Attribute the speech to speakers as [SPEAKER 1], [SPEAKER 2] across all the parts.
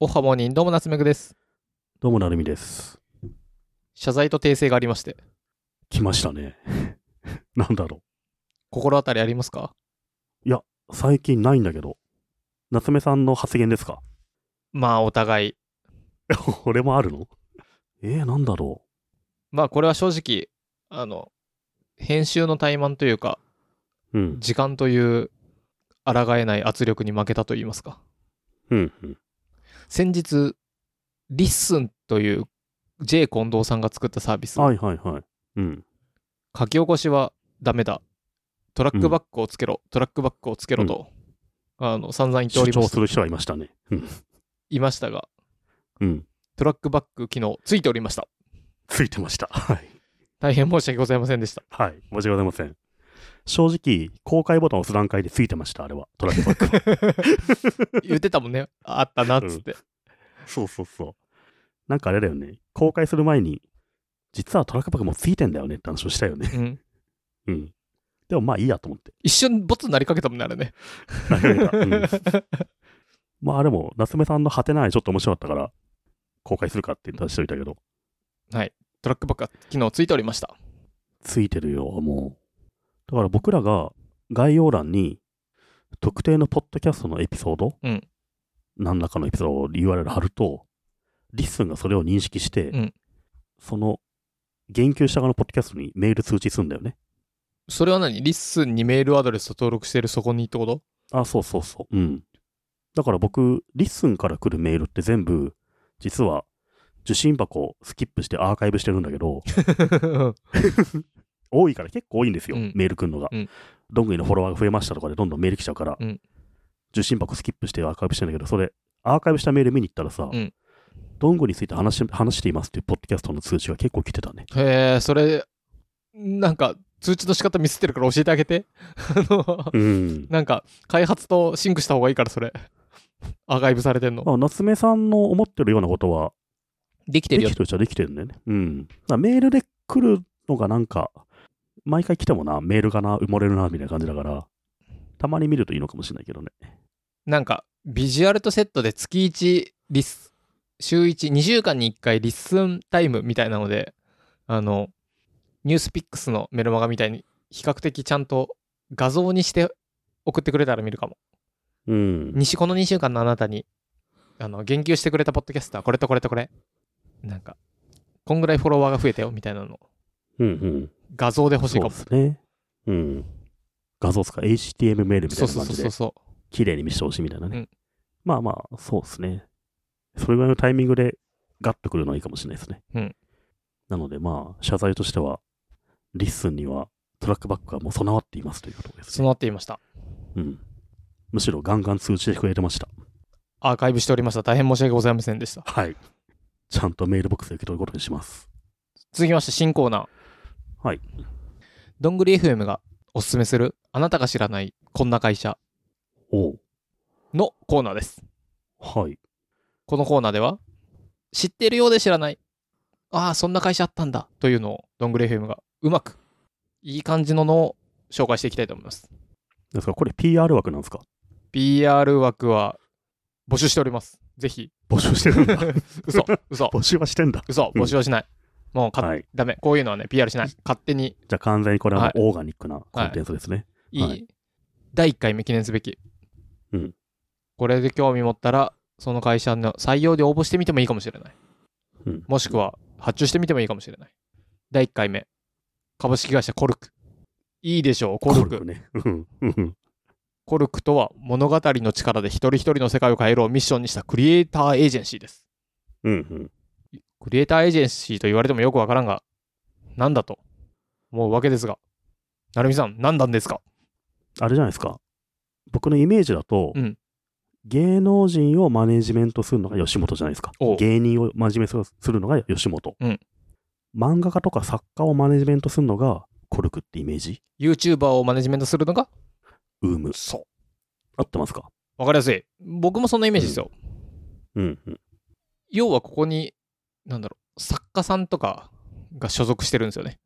[SPEAKER 1] おはモーニンどうも夏目くです。
[SPEAKER 2] どうもなるみです。
[SPEAKER 1] 謝罪と訂正がありまして、
[SPEAKER 2] 来ましたね。 なんだろ
[SPEAKER 1] 心当たりありますか
[SPEAKER 2] う。最近ないんだけど。夏目さんの発言ですか
[SPEAKER 1] まあお互い。
[SPEAKER 2] 俺もあるのえー、なんだろ
[SPEAKER 1] まあこれは正直、あの、編集の怠慢というか、
[SPEAKER 2] う。うん。
[SPEAKER 1] 時間という抗えない圧力に負けたと言いますか。
[SPEAKER 2] うん、うん。
[SPEAKER 1] 先日、リッスンという J 近藤さんが作ったサービス、
[SPEAKER 2] はいはいはい。うん。
[SPEAKER 1] 書き起こしはダメだ。トラックバックをつけろ、トラックバックをつけろと、あの、散々言ってお
[SPEAKER 2] 主
[SPEAKER 1] りま
[SPEAKER 2] 張
[SPEAKER 1] し
[SPEAKER 2] する人はいましたね。うん。
[SPEAKER 1] いましたが、
[SPEAKER 2] うん。
[SPEAKER 1] トラックバック機能ついておりました。
[SPEAKER 2] ついてました。 はい。
[SPEAKER 1] 大変申し訳ございませんでした。
[SPEAKER 2] はい。申し訳ございません。正直、公開ボタンを押す段階でついてました、あれは。トラックバック。
[SPEAKER 1] 言ってたもんね。あったなっつって。
[SPEAKER 2] そうそうそう。なんかあれだよね。公開する前に、実はトラックバックもうついてんだよねって話をしたよね。
[SPEAKER 1] うん
[SPEAKER 2] うん。でもまあいいやと思 って。
[SPEAKER 1] 一瞬ボツになりかけたもんね、あれね。
[SPEAKER 2] うんまあでも、夏目さんの果てないちょっと面白かったから、公開するかって出しといたけど、
[SPEAKER 1] トラックばっか機能ついておりました。
[SPEAKER 2] ついてるよ、もう。だから僕らが概要欄に、特定のポッドキャストのエピソード、
[SPEAKER 1] うん
[SPEAKER 2] 何らかのエピソードを URL 貼ると、リッスンがそれを認識して、
[SPEAKER 1] うん
[SPEAKER 2] その、言及した側のポッドキャストにメール通知するんだよね。
[SPEAKER 1] それは何リッスンにメールアドレスと登録してるそこにってこと
[SPEAKER 2] あ、そうそうそう。うん。だから僕、リッスンから来るメールって全部、実は受信箱をスキップしてアーカイブしてるんだけど、多いから結構多いんですよ、
[SPEAKER 1] うん
[SPEAKER 2] メール来るのが。
[SPEAKER 1] うん
[SPEAKER 2] どんぐりのフォロワーが増えましたとかでどんどんメール来ちゃうから、
[SPEAKER 1] うん
[SPEAKER 2] 受信箱スキップしてアーカイブしてんだけど、それ、アーカイブしたメール見に行ったらさ、
[SPEAKER 1] うん
[SPEAKER 2] どんぐりについて話し話していますっていうポッドキャストの通知が結構来てたね。
[SPEAKER 1] へえ、それ、なんか通知の仕方ミスってるから教えてあげて。 あの、
[SPEAKER 2] うん。
[SPEAKER 1] なんか開発とシンクした方がいいから、それ。アーカイブされてんの。
[SPEAKER 2] まあ、夏目さんの思ってるようなことは、
[SPEAKER 1] できて
[SPEAKER 2] で
[SPEAKER 1] るよ
[SPEAKER 2] き。てるっちゃできてるんだよね。うん。だからメールで来るのがなんか、毎回来てもな、メールがな、埋もれるな、みたいな感じだから、たまに見るといいのかもしれないけどね。
[SPEAKER 1] なんか、ビジュアルとセットで月1リス、週1、2週間に1回リッスンタイムみたいなので、あの、ニュースピックスのメルマガみたいに、比較的ちゃんと画像にして送ってくれたら見るかも。
[SPEAKER 2] うん。
[SPEAKER 1] 西この2週間のあなたに、あの、言及してくれたポッドキャスター、これとこれとこれ。なんか、こんぐらいフォロワーが増えたよみたいなの、
[SPEAKER 2] うんうん。
[SPEAKER 1] 画像で欲しい
[SPEAKER 2] そ
[SPEAKER 1] かも。
[SPEAKER 2] うで
[SPEAKER 1] そ
[SPEAKER 2] すね。うん。画像っすか、HTML メールみたいう
[SPEAKER 1] そう
[SPEAKER 2] な感
[SPEAKER 1] そう
[SPEAKER 2] じ
[SPEAKER 1] そ
[SPEAKER 2] で
[SPEAKER 1] う、そ
[SPEAKER 2] 綺麗に見せてほしいみたいなね。
[SPEAKER 1] うん
[SPEAKER 2] まあまあ、そうですね。それぐらいのタイミングで、ガッとくるのはいいかもしれないですね。
[SPEAKER 1] うん
[SPEAKER 2] なのでまあ、謝罪としては、リッスンにはトラックバックがもう備わっていますということで
[SPEAKER 1] う。
[SPEAKER 2] すね。
[SPEAKER 1] 備わっていました。
[SPEAKER 2] うん。むしろガンガン通知してくれてました。
[SPEAKER 1] アーカイブしておりました。大変申し訳ございませんでした。
[SPEAKER 2] はい。ちゃんとメールボックスで受け取ることにします。
[SPEAKER 1] 続きまして新コーナー
[SPEAKER 2] はい
[SPEAKER 1] どんぐり FM がおすすめするあなたが知らないこんな会社
[SPEAKER 2] おう
[SPEAKER 1] のコーナーです
[SPEAKER 2] はい。
[SPEAKER 1] このコーナーでは知っているようで知らないああそんな会社あったんだというのをどんぐり FM がうまくいい感じののを紹介していきたいと思います
[SPEAKER 2] ですから、これ PR 枠なんですか
[SPEAKER 1] PR 枠は募集しておりますぜ ひ
[SPEAKER 2] 募集し てるんだ。
[SPEAKER 1] 嘘嘘
[SPEAKER 2] 募集はしてんだ。
[SPEAKER 1] 嘘
[SPEAKER 2] うん
[SPEAKER 1] 募集はしない、もうか、
[SPEAKER 2] はい。
[SPEAKER 1] ダメこういうのはね PR しない勝手に
[SPEAKER 2] じゃあ完全にこれはも
[SPEAKER 1] はいう
[SPEAKER 2] オーガニックなコンテンツですね。
[SPEAKER 1] いい、
[SPEAKER 2] はい
[SPEAKER 1] 第1回目記念すべき、
[SPEAKER 2] うん
[SPEAKER 1] これで興味持ったらその会社の採用で応募してみてもいいかもしれない、
[SPEAKER 2] うん
[SPEAKER 1] もしくは発注してみてもいいかもしれない第1回目株式会社コルクいいでしょうコルクコルク,、
[SPEAKER 2] ね。うん。うん。
[SPEAKER 1] とは物語の力で一人一人の世界を変えるをミッションにしたクリエイターエージェンシーです
[SPEAKER 2] うん。
[SPEAKER 1] クリエイターエージェンシーと言われてもよくわからんがなんだと思うわけですが成美さん何なんですか
[SPEAKER 2] あれじゃないですか。僕のイメージだと、
[SPEAKER 1] うん
[SPEAKER 2] 芸能人をマネジメントするのが吉本じゃないですか
[SPEAKER 1] おう。
[SPEAKER 2] 芸人をマネジメントするのが吉本。
[SPEAKER 1] うん
[SPEAKER 2] 漫画家とか作家をマネジメントするのがコルクってイメージ
[SPEAKER 1] YouTuber をマネジメントするのが
[SPEAKER 2] ウーム。
[SPEAKER 1] そう
[SPEAKER 2] 合ってますか
[SPEAKER 1] わかりやすい。僕もそんなイメージですよ。
[SPEAKER 2] うんうん。
[SPEAKER 1] 要はここに、なんだろう、作家さんとかが所属してるんですよね。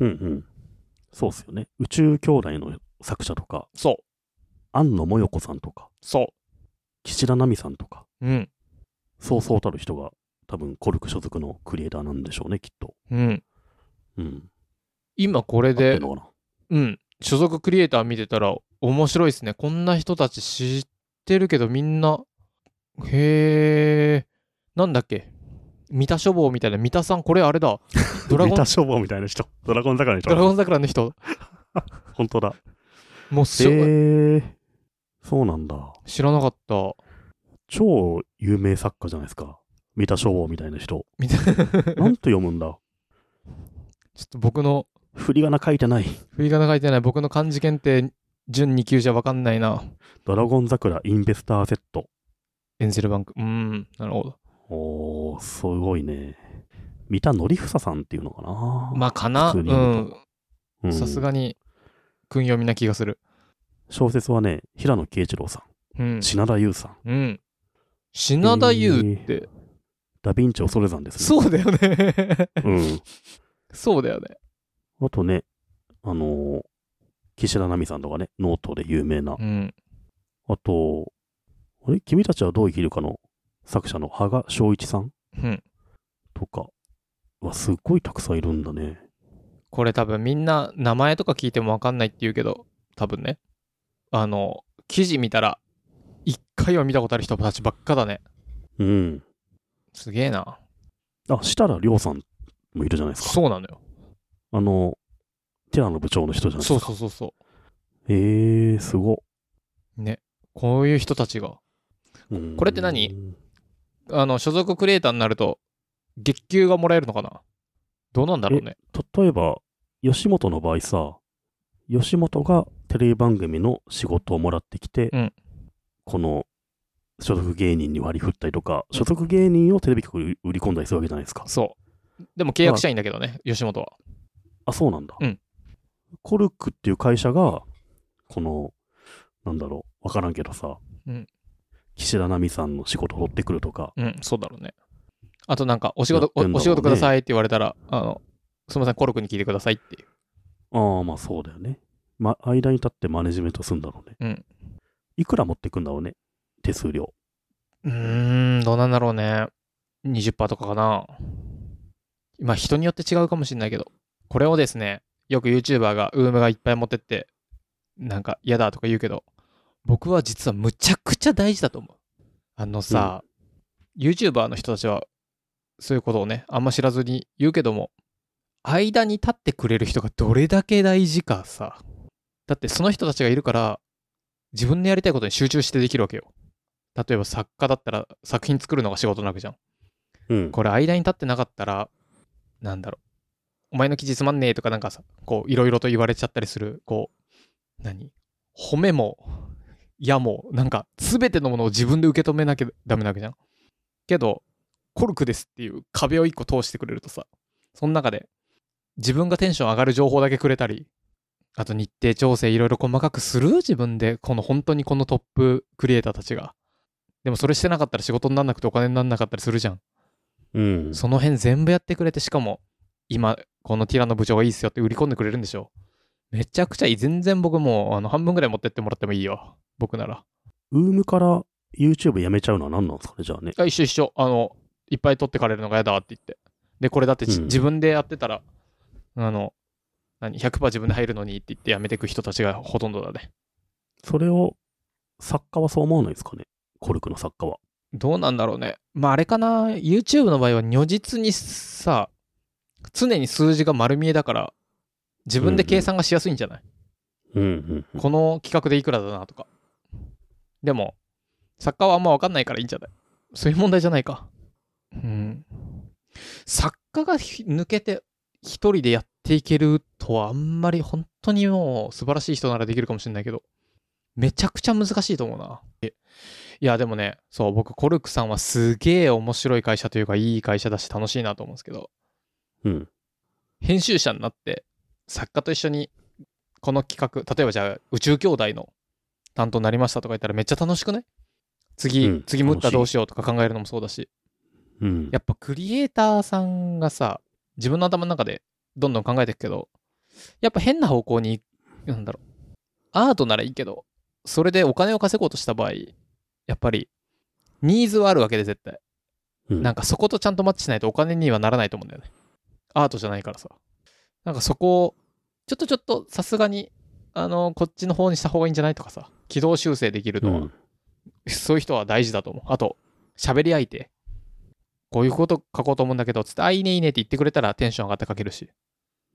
[SPEAKER 2] うんうん。そうっすよね。宇宙兄弟の作者とか、
[SPEAKER 1] そう、
[SPEAKER 2] 庵野もよこさんとか、
[SPEAKER 1] そ
[SPEAKER 2] 岸田奈美さんとか、
[SPEAKER 1] う。うん。
[SPEAKER 2] そうそうたる人が、多分コルク所属のクリエイターなんでしょうね、きっと。
[SPEAKER 1] うん。
[SPEAKER 2] うん。
[SPEAKER 1] 今これ
[SPEAKER 2] 合って
[SPEAKER 1] で
[SPEAKER 2] ん、のかな
[SPEAKER 1] うん。所属クリエイター見てたら面白いですね。こんな人たち知ってるけどみんな、へえ、なんだっけ三田書房みたいな、三田さん、これあれ だ。ドラゴ
[SPEAKER 2] 三
[SPEAKER 1] ン、
[SPEAKER 2] 田
[SPEAKER 1] ド
[SPEAKER 2] 消防みたいな人。ドラゴン桜の人
[SPEAKER 1] ラ
[SPEAKER 2] だ。
[SPEAKER 1] ゴン桜の人。
[SPEAKER 2] 本当だ。
[SPEAKER 1] もう
[SPEAKER 2] え
[SPEAKER 1] すごい、
[SPEAKER 2] ー、そうなんだ。
[SPEAKER 1] 知らなかった。
[SPEAKER 2] 超有名作家じゃないですか。三田消防みたい な人。
[SPEAKER 1] みたいな。ちょっ
[SPEAKER 2] なんて読むんだ。
[SPEAKER 1] と僕の、
[SPEAKER 2] 振り仮名書いてない。
[SPEAKER 1] 振り仮名書いてない僕の漢字検定、準2級じゃわかんないな。
[SPEAKER 2] ドラゴン桜インベスターセット。
[SPEAKER 1] エンゼルバンク。うーん、なるほど。
[SPEAKER 2] おー、すごいね。三田紀房さんっていうのかな。
[SPEAKER 1] まあ、かな。
[SPEAKER 2] 普
[SPEAKER 1] う
[SPEAKER 2] 通に読む
[SPEAKER 1] ん
[SPEAKER 2] と。うん
[SPEAKER 1] さすがに、訓読みな気がする。
[SPEAKER 2] 小説はね、平野啓一郎さ
[SPEAKER 1] うん
[SPEAKER 2] ん、。品田優さん、
[SPEAKER 1] うん。品田優って、
[SPEAKER 2] ダヴィンチ恐れ山ですね。
[SPEAKER 1] そうだよね。
[SPEAKER 2] うん。
[SPEAKER 1] そうだよね。
[SPEAKER 2] あとね、あのー岸田奈美さんとかね、ノートで有名な。
[SPEAKER 1] うん。
[SPEAKER 2] あと、あれ君たちはどう生きるかの作者の羽賀翔一さん
[SPEAKER 1] うん。
[SPEAKER 2] とかはすっごいたくさんいるんだね。
[SPEAKER 1] これ多分みんな名前とか聞いてもわかんないって言うけど、多分ね。あの、記事見たら、一回は見たことある人たちばっかだね。
[SPEAKER 2] うん。
[SPEAKER 1] すげえな。
[SPEAKER 2] あ、設楽亮さんもいるじゃないですか。
[SPEAKER 1] そうなのよ。
[SPEAKER 2] あの、テラの部長の人じゃないです
[SPEAKER 1] そ
[SPEAKER 2] か。
[SPEAKER 1] うそうそうそ
[SPEAKER 2] えー、すご。
[SPEAKER 1] う。ね。こういう人たちが、
[SPEAKER 2] うん
[SPEAKER 1] これって何あの、所属クリエイターになると、月給がもらえるのかなどうなんだろうね。
[SPEAKER 2] 例えば、吉本の場合さ、吉本がテレビ番組の仕事をもらってきて、
[SPEAKER 1] うん
[SPEAKER 2] この所属芸人に割り振ったりとか、所属芸人をテレビ局に売り込んだりするわけじゃないですか。
[SPEAKER 1] そう。でも契約社員だけどね、吉本は。
[SPEAKER 2] あ、そうなんだ。
[SPEAKER 1] うん
[SPEAKER 2] コルクっていう会社が、この、なんだろう、わからんけどさ、
[SPEAKER 1] うん
[SPEAKER 2] 岸田奈美さんの仕事を取ってくるとか、
[SPEAKER 1] うん、そうだろうね。あとなんか、お仕事、
[SPEAKER 2] やってんだろうね
[SPEAKER 1] おお仕事くださいって言われたら、あの、すみません、コルクに聞いてくださいっていう。
[SPEAKER 2] ああ、まあそうだよね。ま、間に立ってマネジメントするんだろうね。
[SPEAKER 1] うん
[SPEAKER 2] いくら持ってくんだろうね、手数料。
[SPEAKER 1] うーん、どうなんだろうね。20%とかかな。まあ、人によって違うかもしれないけど、これをですね、よく YouTuber が、ウームがいっぱい持ってって、なんか嫌だとか言うけど、僕は実はむちゃくちゃ大事だと思う。あのさ、YouTuber の人たちは、そういうことをね、あんま知らずに言うけども、間に立ってくれる人がどれだけ大事かさ。だってその人たちがいるから、自分のやりたいことに集中してできるわけよ。例えば作家だったら作品作るのが仕事なわけじゃん。
[SPEAKER 2] うん。
[SPEAKER 1] これ間に立ってなかったら、なんだろう。お前の記事つまんねえとかなんかさ、こう、いろいろと言われちゃったりする、こう、何褒めも、やも、なんか、すべてのものを自分で受け止めなきゃダメなわけじゃん。けど、コルクですっていう壁を一個通してくれるとさ、その中で、自分がテンション上がる情報だけくれたり、あと日程調整いろいろ細かくする自分で、この本当にこのトップクリエイターたちが。でもそれしてなかったら仕事になんなくてお金になんなかったりするじゃん。
[SPEAKER 2] うん。
[SPEAKER 1] その辺全部やってくれて、しかも、今、このティラの部長がいいっすよって売り込んでくれるんでしょ。めちゃくちゃいい。全然僕もう、あの、半分ぐらい持ってってもらってもいいよ。僕なら。
[SPEAKER 2] ウームから YouTube やめちゃうのは何なんですかね、じゃあね。
[SPEAKER 1] あ、一緒一緒。あの、いっぱい取ってかれるのが嫌だって言って。で、これだってじ、
[SPEAKER 2] うん
[SPEAKER 1] 自分でやってたら、あの、何、100%自分で入るのにって言ってやめてく人たちがほとんどだね。
[SPEAKER 2] それを、作家はそう思わないですかね、コルクの作家は。
[SPEAKER 1] どうなんだろうね。まあ、あれかな。YouTube の場合は如実にさ、常に数字が丸見えだから、自分で計算がしやすいんじゃない
[SPEAKER 2] うんうんうん。
[SPEAKER 1] この企画でいくらだなとか。でも、作家はあんま分かんないからいいんじゃないそういう問題じゃないか。うん。作家がひ抜けて一人でやっていけるとはあんまり本当にもう素晴らしい人ならできるかもしれないけど、めちゃくちゃ難しいと思うな。えいや、でもね、そう、僕、コルクさんはすげえ面白い会社というか、いい会社だし楽しいなと思うんですけど、
[SPEAKER 2] うん。
[SPEAKER 1] 編集者になって作家と一緒にこの企画例えばじゃあ宇宙兄弟の担当になりましたとか言ったらめっちゃ楽しくない次、
[SPEAKER 2] うん
[SPEAKER 1] 次ムッタどうしようとか考えるのもそうだし
[SPEAKER 2] うん。
[SPEAKER 1] やっぱクリエイターさんがさ自分の頭の中でどんどん考えていくけどやっぱ変な方向になんだろうアートならいいけどそれでお金を稼ごうとした場合やっぱりニーズはあるわけで絶対
[SPEAKER 2] うん
[SPEAKER 1] なんかそことちゃんとマッチしないとお金にはならないと思うんだよね。アートじゃないからさ。なんかそこを、ちょっとちょっとさすがに、あの、こっちの方にした方がいいんじゃないとかさ、軌道修正できるのは、
[SPEAKER 2] うん
[SPEAKER 1] そういう人は大事だと思う。あと、喋り相手。こういうこと書こうと思うんだけど、つって、あ、いいねいいねって言ってくれたらテンション上がって書けるし。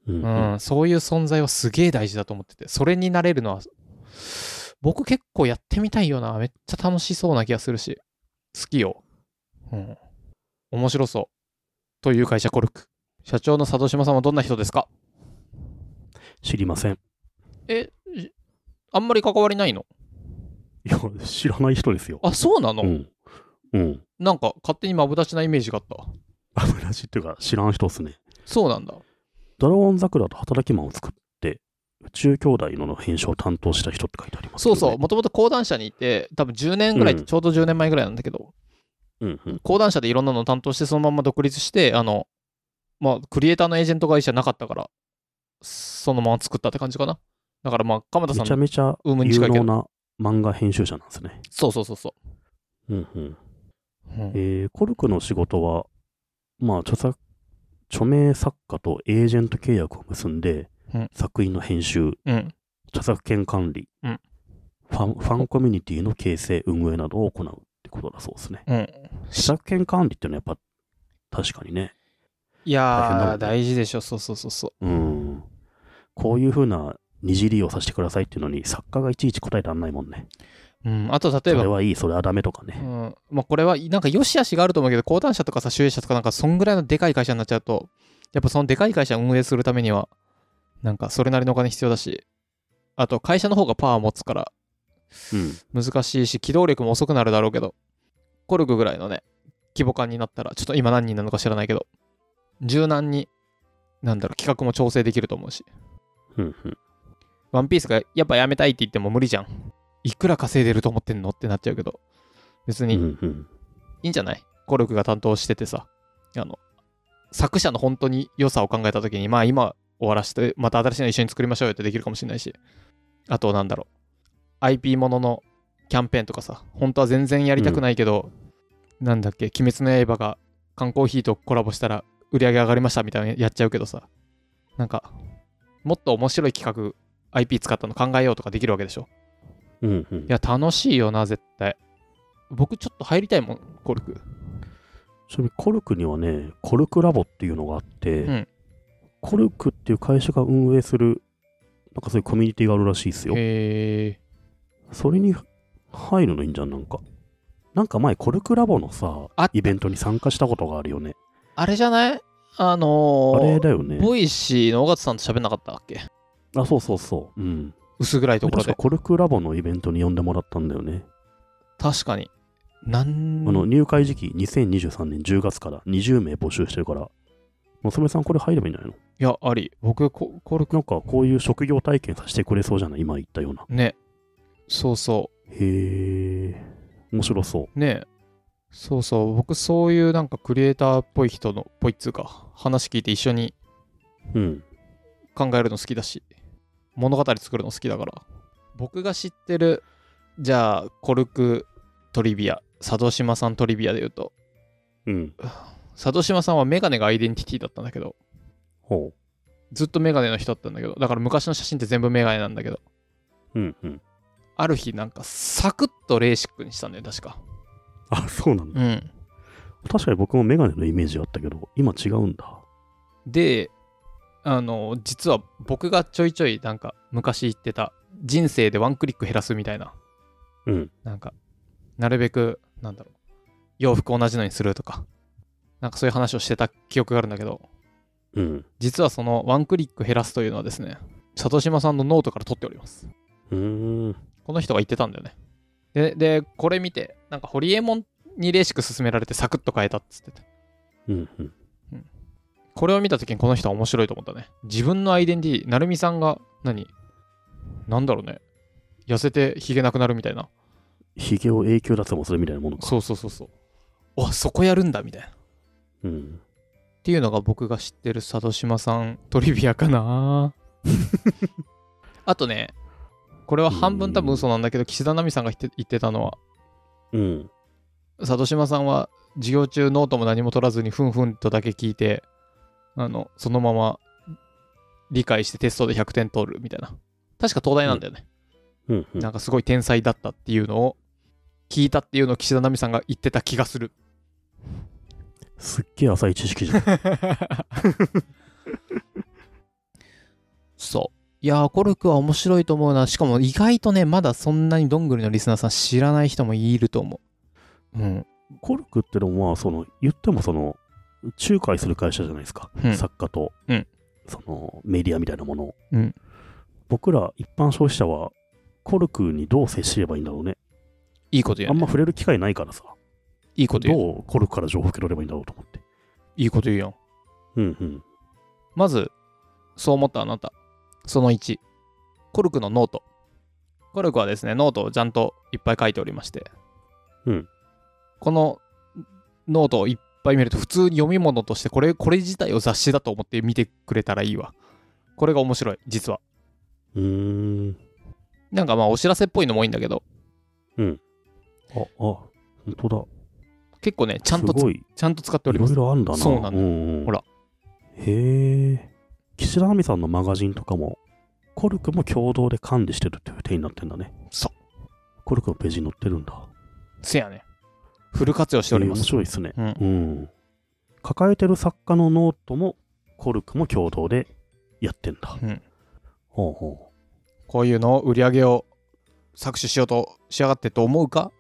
[SPEAKER 2] うん
[SPEAKER 1] うん、そういう存在はすげえ大事だと思ってて、それになれるのは、僕結構やってみたいよな。めっちゃ楽しそうな気がするし、好きよ。うん。面白そう。という会社コルク。社長の佐渡島さんはどんな人ですか
[SPEAKER 2] 知りません。
[SPEAKER 1] え、あんまり関わりないの
[SPEAKER 2] いや、知らない人ですよ。
[SPEAKER 1] あ、そうなの、
[SPEAKER 2] うん。うん。
[SPEAKER 1] なんか勝手にマブダチなイメージがあった。
[SPEAKER 2] あぶらしっていうか、知らん人っすね。
[SPEAKER 1] そうなんだ。
[SPEAKER 2] ドラゴン桜と働きマンを作って、宇宙兄弟の編集を担当した人って書いてあります
[SPEAKER 1] そう
[SPEAKER 2] けどね、
[SPEAKER 1] そう、もともと講談社にいて、多分10年ぐらい、
[SPEAKER 2] うん
[SPEAKER 1] ちょうど10年前ぐらいなんだけど、
[SPEAKER 2] うんうん。
[SPEAKER 1] 講談社でいろんなのを担当してそのまま独立してあのまあクリエイターのエージェント会社なかったからそのまま作ったって感じかなだからまあ鎌田さ
[SPEAKER 2] めちゃ
[SPEAKER 1] ん
[SPEAKER 2] めちゃ
[SPEAKER 1] ウームに
[SPEAKER 2] 有
[SPEAKER 1] 近いけ
[SPEAKER 2] 能
[SPEAKER 1] ど
[SPEAKER 2] な漫画編集者なんですね。
[SPEAKER 1] そうそうそうそ
[SPEAKER 2] うんうん。
[SPEAKER 1] う、うん
[SPEAKER 2] えーコルクの仕事は、まあ、著作、著名作家とエージェント契約を結んで、
[SPEAKER 1] うん
[SPEAKER 2] 作品の編集、
[SPEAKER 1] うん
[SPEAKER 2] 著作権管理、
[SPEAKER 1] うん
[SPEAKER 2] ファン、ファンコミュニティの形成、運営などを行うってことだそうですね。
[SPEAKER 1] うん
[SPEAKER 2] 著作権管理っていうのはやっぱ、確かにね、
[SPEAKER 1] い
[SPEAKER 2] 大変だもん
[SPEAKER 1] やー
[SPEAKER 2] ね
[SPEAKER 1] 大事でしょそうそうそうそう
[SPEAKER 2] うん、こういうふうなにじりをさせてくださいっていうのに、作家がいちいち答えらんないもんね。
[SPEAKER 1] うん、あと例
[SPEAKER 2] そ
[SPEAKER 1] えば
[SPEAKER 2] れはいい、それはダメとかね
[SPEAKER 1] う。んまあ、これはなんか良し悪しがあると思うけど講談社とかさ集英社とかなんかそんぐらいのでかい会社になっちゃうとやっぱそのでかい会社を運営するためにはなんかそれなりのお金必要だしあと会社の方がパワー持つから
[SPEAKER 2] うん。
[SPEAKER 1] 難しいし機動力も遅くなるだろうけどコルクぐらいのね規模感になったらちょっと今何人なのか知らないけど柔軟になんだろう企画も調整できると思うし
[SPEAKER 2] うんうん。
[SPEAKER 1] ワンピースがやっぱやめたいって言っても無理じゃんいくら稼いでると思ってんのってなっちゃうけど別
[SPEAKER 2] う
[SPEAKER 1] にい
[SPEAKER 2] んうん。
[SPEAKER 1] いんじゃない、コルクが担当しててさあの作者の本当に良さを考えた時にまあ今終わらせてまた新しいの一緒に作りましょうよってできるかもしれないしあとなんだろう IP もののキャンペーンとかさ本当は全然やりたくないけど、なんだっけ「鬼滅の刃」が缶コーヒーとコラボしたら売り上げ上がりましたみたいなのやっちゃうけどさなんかもっと面白い企画 IP 使ったの考えようとかできるわけでしょ
[SPEAKER 2] うんうん
[SPEAKER 1] い。や楽しいよな絶対僕ちょっと入りたいもんコルク
[SPEAKER 2] ちなみにコルクにはね、コルクラボっていうのがあって、
[SPEAKER 1] うん
[SPEAKER 2] コルクっていう会社が運営する、なんかそういうコミュニティがあるらしいですよ。
[SPEAKER 1] へえ
[SPEAKER 2] それに入るのいいんじゃん、なんか。なんか前、コルクラボのさ
[SPEAKER 1] あった、
[SPEAKER 2] イベントに参加したことがあるよね。
[SPEAKER 1] あれじゃないあ
[SPEAKER 2] あ
[SPEAKER 1] のー
[SPEAKER 2] れだよね。
[SPEAKER 1] ボイシーの尾形さんと喋んなかったっけ
[SPEAKER 2] あ、そうそうそう。うん。
[SPEAKER 1] 薄暗いところ
[SPEAKER 2] 確
[SPEAKER 1] で。
[SPEAKER 2] かコルクラボのイベントに呼んでもらったんだよね。
[SPEAKER 1] 確かに。なん
[SPEAKER 2] あの、入会時期2023年10月から20名募集してるから、娘さんこれ入ればいいんじゃないの
[SPEAKER 1] いや、あり。僕、ココルク、
[SPEAKER 2] なんかこういう職業体験させてくれそうじゃない今言ったような。
[SPEAKER 1] ね。そうそ。
[SPEAKER 2] へえ、面白そう
[SPEAKER 1] ね。そうそう。僕、そういうなんかクリエイターっぽい人の、っぽいっつうか、話聞いて一緒に
[SPEAKER 2] う。うん。
[SPEAKER 1] 考えるの好きだし、物語作るの好きだから。僕が知ってる、じゃあ、コルクトリビア、佐渡島さんトリビアで言うと、
[SPEAKER 2] うん。
[SPEAKER 1] 佐渡島さんはメガネがアイデンティティだったんだけど、
[SPEAKER 2] ほ
[SPEAKER 1] ずっとメガネの人だったんだけど、だから昔の写真って全部メガネなんだけど、
[SPEAKER 2] う。うんうん。
[SPEAKER 1] ある日なんかサクッとレーシックにしたんだよ、確か。
[SPEAKER 2] あ、そうなんだ。
[SPEAKER 1] ん。
[SPEAKER 2] 確かに僕もメガネのイメージあったけど、今違うんだ。
[SPEAKER 1] で、あの、実は僕がちょいちょいなんか昔言ってた人生でワンクリック減らすみたいな、
[SPEAKER 2] うん。
[SPEAKER 1] なんか、なるべく、なんだろう、洋服同じのにするとか、なんかそういう話をしてた記憶があるんだけど、
[SPEAKER 2] うん。
[SPEAKER 1] 実はそのワンクリック減らすというのはですね、里島さんのノートから取っております。
[SPEAKER 2] うーん。
[SPEAKER 1] この人が言ってたんだよね。で、でこれ見て、なんか、ホリエモンにレーシック勧められてサクッと変えたっつってて。
[SPEAKER 2] うんうん。
[SPEAKER 1] これを見た時にこの人は面白いと思ったね。自分のアイデンティティ、成美さんが何、なんだろうね。痩せてヒゲなくなるみたいな。
[SPEAKER 2] ひげを永久脱毛するみたいなものか。
[SPEAKER 1] そうそうそうそう。あ、そこやるんだみたいな。っ
[SPEAKER 2] うん。
[SPEAKER 1] ていうのが僕が知ってる佐渡島さんトリビアか なあとね、これは半分多分嘘なんだけど、岸田奈美さんが言って言ってたのは、
[SPEAKER 2] うん。
[SPEAKER 1] 里島さんは授業中ノートも何も取らずにふんふんとだけ聞いてあのそのまま理解してテストで100点取るみたいな確か東大なんだよね、
[SPEAKER 2] うんうん
[SPEAKER 1] なんかすごい天才だったっていうのを聞いたっていうのを岸田奈美さんが言ってた気がする
[SPEAKER 2] すっげえ浅い知識じゃん。
[SPEAKER 1] そういやーコルクは面白いと思うなしかも意外とねまだそんなにどんぐりのリスナーさん知らない人もいると思ううん
[SPEAKER 2] コルクってのもまあその言ってもその仲介する会社じゃないですか、
[SPEAKER 1] うん
[SPEAKER 2] 作家と、
[SPEAKER 1] うん
[SPEAKER 2] そのメディアみたいなものを、
[SPEAKER 1] うん
[SPEAKER 2] 僕ら一般消費者はコルクにどう接すればいいんだろうね
[SPEAKER 1] いいこと言
[SPEAKER 2] あ
[SPEAKER 1] う、
[SPEAKER 2] ん
[SPEAKER 1] ね、
[SPEAKER 2] ま触れる機会ないからさ
[SPEAKER 1] いいこと言う
[SPEAKER 2] どうコルクから情報を受け取ればいいんだろうと思って
[SPEAKER 1] いいこと言うやん
[SPEAKER 2] うんうん
[SPEAKER 1] まず、そう思ったあなた。その1、コルクのノート。コルクはですね、ノートをちゃんといっぱい書いておりまして、
[SPEAKER 2] うん
[SPEAKER 1] このノートをいっぱい見ると、普通に読み物としてこれ、これ自体を雑誌だと思って見てくれたらいいわ。これが面白い、実は。
[SPEAKER 2] うーん
[SPEAKER 1] なんかまあ、お知らせっぽいのもいいんだけど、
[SPEAKER 2] ああ本当だ
[SPEAKER 1] 結構ね、ちゃんと
[SPEAKER 2] す
[SPEAKER 1] つ
[SPEAKER 2] ごい
[SPEAKER 1] ちゃんと使ってお
[SPEAKER 2] い
[SPEAKER 1] り
[SPEAKER 2] ろ
[SPEAKER 1] ま
[SPEAKER 2] い
[SPEAKER 1] す。
[SPEAKER 2] ろあんだな
[SPEAKER 1] そうなの
[SPEAKER 2] んうん
[SPEAKER 1] ほら
[SPEAKER 2] へえ岸田奈美さんのマガジンとかもコルクも共同で管理してるっていう手になってんだね
[SPEAKER 1] そ
[SPEAKER 2] コルクのページに載ってるんだ
[SPEAKER 1] せやね。フル活用しておりま
[SPEAKER 2] えー面
[SPEAKER 1] す。
[SPEAKER 2] 白いですね。
[SPEAKER 1] うん、
[SPEAKER 2] うん。抱えてる作家のノートもコルクも共同でやってんだ。
[SPEAKER 1] うん
[SPEAKER 2] ほうほ
[SPEAKER 1] こういうのを売り上げを搾取しようとしやがってと思うか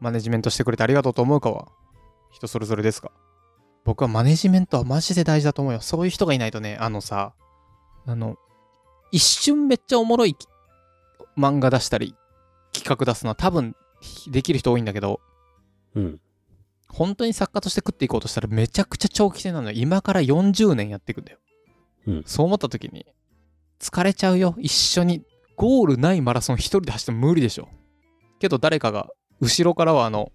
[SPEAKER 1] マネジメントしてくれてありがとうと思うかは人それぞれですが僕はマネジメントはマジで大事だと思うよそういう人がいないとねあのさあの一瞬めっちゃおもろい漫画出したり企画出すのは多分できる人多いんだけど
[SPEAKER 2] う。うん。
[SPEAKER 1] 本当に作家として食っていこうとしたらめちゃくちゃ長期戦なのよ今から40年やっていくんだよ、
[SPEAKER 2] うん
[SPEAKER 1] そう思った時に疲れちゃうよ一緒にゴールないマラソン一人で走っても無理でしょけど誰かが後ろからはあの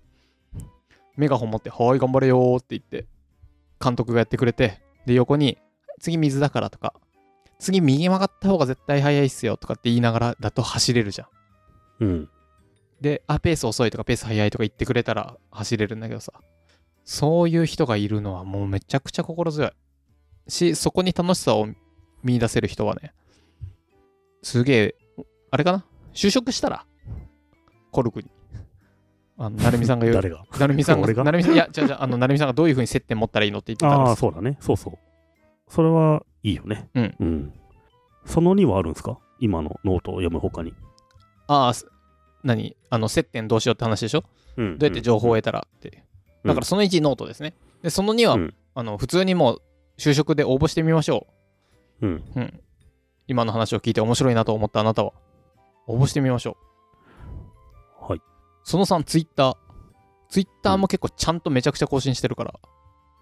[SPEAKER 1] メガホン持って「はい頑張れよ」って言って監督がやってくれてで横に「次水だから」とか「次右曲がった方が絶対速いっすよ」とかって言いながらだと走れるじゃん
[SPEAKER 2] うん。
[SPEAKER 1] で、あ、ペース遅いとかペース速いとか言ってくれたら走れるんだけどさ、そういう人がいるのはもうめちゃくちゃ心強い。し、そこに楽しさを見出せる人はね、すげえ、あれかな就職したら、コルクに。あ の、なるみさんが言う。
[SPEAKER 2] 誰が
[SPEAKER 1] なるみさん
[SPEAKER 2] 俺
[SPEAKER 1] が、
[SPEAKER 2] が
[SPEAKER 1] なるみさん、いや、違う違う、あの、なるみさんがどういうふうに接点持ったらいいのって言ってた
[SPEAKER 2] あ
[SPEAKER 1] ら
[SPEAKER 2] あ、、そうだね。そうそう。それはいいよね。
[SPEAKER 1] うん。
[SPEAKER 2] その2はあるんですか今のノートを読むほかに。
[SPEAKER 1] ああ、す何あの、接点どうしようって話でしょ
[SPEAKER 2] うん
[SPEAKER 1] どうやって情報を得たらっていう。
[SPEAKER 2] うん
[SPEAKER 1] だからその1、ノートですね。で、その2は、
[SPEAKER 2] うん
[SPEAKER 1] あの普通にもう就職で応募してみましょ
[SPEAKER 2] うん。
[SPEAKER 1] う。うん。今の話を聞いて面白いなと思ったあなたは、応募してみましょう。
[SPEAKER 2] はい。
[SPEAKER 1] その3、ツイッター。ツイッターも結構ちゃんとめちゃくちゃ更新してるから。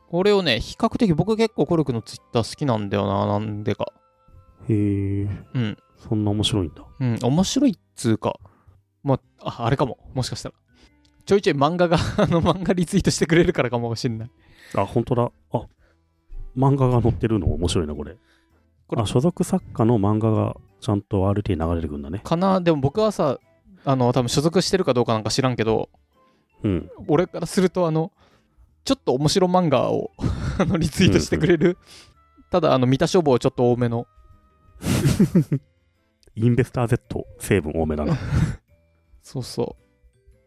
[SPEAKER 1] これをね、比較的僕結構コルクのツイッター好きなんだよな、なんでか。
[SPEAKER 2] へえ、
[SPEAKER 1] うん。
[SPEAKER 2] そんな面白いんだ。
[SPEAKER 1] うん、面白いっつうか、まあ、ああれかも、もしかしたら。ちょいちょい漫画が、 あの漫画リツイートしてくれるからかもしんない。
[SPEAKER 2] あ、本当だ。あ、漫画が載ってるの面白いな、これ。
[SPEAKER 1] これ
[SPEAKER 2] あ、所属作家の漫画がちゃんと RT に流れてくんだね。
[SPEAKER 1] かなでも僕はさあの多分所属してるかどうかなんか知らんけど
[SPEAKER 2] うん。
[SPEAKER 1] 俺からするとあのちょっと面白漫画を あのリツイートしてくれる、ただあの見た処方ちょっと多めの
[SPEAKER 2] インベスター Z 成分多めだな。
[SPEAKER 1] そうそ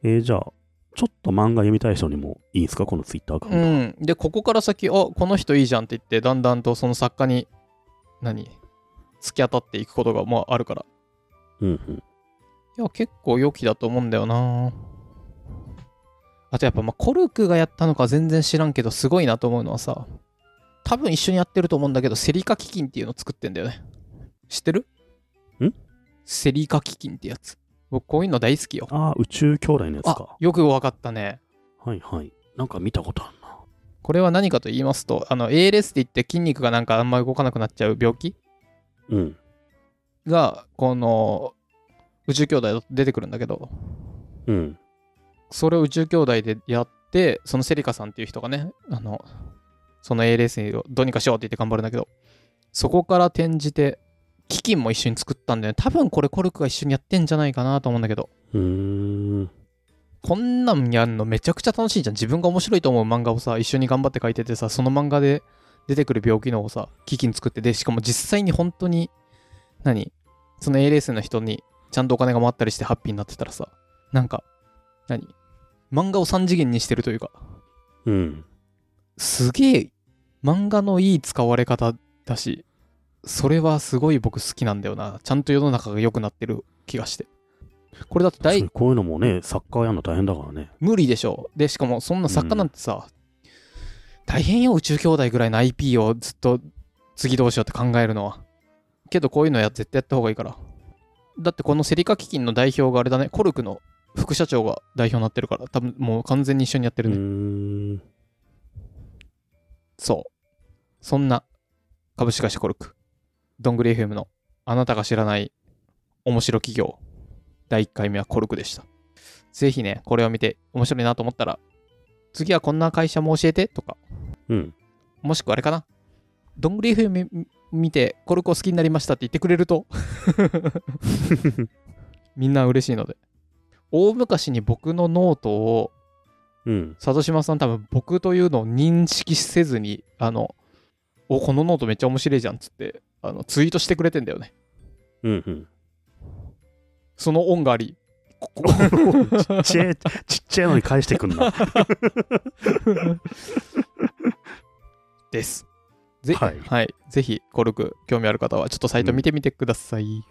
[SPEAKER 2] えーじゃあ、ちょっと漫画読みたい人にもいいんですかこのツイッターアカウ
[SPEAKER 1] うう
[SPEAKER 2] ント。
[SPEAKER 1] んでここから先あこの人いいじゃんって言ってだんだんとその作家に何突き当たっていくことがまああるから
[SPEAKER 2] うんうん。
[SPEAKER 1] いや結構良きだと思うんだよなあとやっぱまあコルクがやったのか全然知らんけどすごいなと思うのはさ多分一緒にやってると思うんだけどセリカ基金っていうのを作ってんだよね知ってる
[SPEAKER 2] ん
[SPEAKER 1] セリカ基金ってやつ僕こういうの大好きよ
[SPEAKER 2] ああ、宇宙兄弟のやつ
[SPEAKER 1] あ
[SPEAKER 2] か。
[SPEAKER 1] よく分かったね
[SPEAKER 2] はいはい。なんか見たことあるな。
[SPEAKER 1] これは何かと言いますとあの ALS って言って筋肉がなんかあんま動かなくなっちゃう病気
[SPEAKER 2] うん。
[SPEAKER 1] がこの宇宙兄弟だと出てくるんだけど
[SPEAKER 2] うん。
[SPEAKER 1] それを宇宙兄弟でやって、そのセリカさんっていう人がね、あの、その ALS をどうにかしようって言って頑張るんだけど、そこから転じて、基金も一緒に作ったんだよね。多分これコルクが一緒にやってんじゃないかなと思うんだけど、
[SPEAKER 2] うーん。
[SPEAKER 1] こんなんやんのめちゃくちゃ楽しいじゃん。自分が面白いと思う漫画をさ、一緒に頑張って書いててさ、その漫画で出てくる病気のをさ、基金作って、で、しかも実際に本当に、何その A レースの人にちゃんとお金が回ったりしてハッピーになってたらさ、なんか、何漫画を3次元にしてるというか、
[SPEAKER 2] うん。
[SPEAKER 1] すげえ漫画のいい使われ方だし、それはすごい僕好きなんだよな。ちゃんと世の中が良くなってる気がして。これだって
[SPEAKER 2] そ
[SPEAKER 1] 大
[SPEAKER 2] うこういうのもね、サッカーやるの大変だからね。
[SPEAKER 1] 無理でしょう。で、しかもそんな作家なんてさ、大変よ、宇宙兄弟ぐらいの IP をずっと次どうしようって考えるのは。けどこういうのや絶対やった方がいいから。だってこのセリカ基金の代表があれだね、コルクの副社長が代表になってるから、多分もう完全に一緒にやって
[SPEAKER 2] う
[SPEAKER 1] るね。
[SPEAKER 2] ん。
[SPEAKER 1] そう。そんな株式会社コルク、どんぐり FM のあなたが知らない面白企業、第1回目はコルクでした。ぜひね、これを見て面白いなと思ったら、次はこんな会社も教えてとか、
[SPEAKER 2] うん。
[SPEAKER 1] もしくはあれかな、どんぐり FM み見てコルクを好きになりましたって言ってくれると、みんな嬉しいので。大昔に僕のノートを
[SPEAKER 2] うん。
[SPEAKER 1] 佐渡島さん多分僕というのを認識せずにあの「おこのノートめっちゃ面白いじゃん」っつってあのツイートしてくれてんだよね
[SPEAKER 2] うん。うん。
[SPEAKER 1] その恩がありここ
[SPEAKER 2] ちっちゃい、ちっちゃいのに返してくんな。
[SPEAKER 1] ですぜ,、
[SPEAKER 2] はい
[SPEAKER 1] はい、ぜひコルク興味ある方はちょっとサイト見てみてください、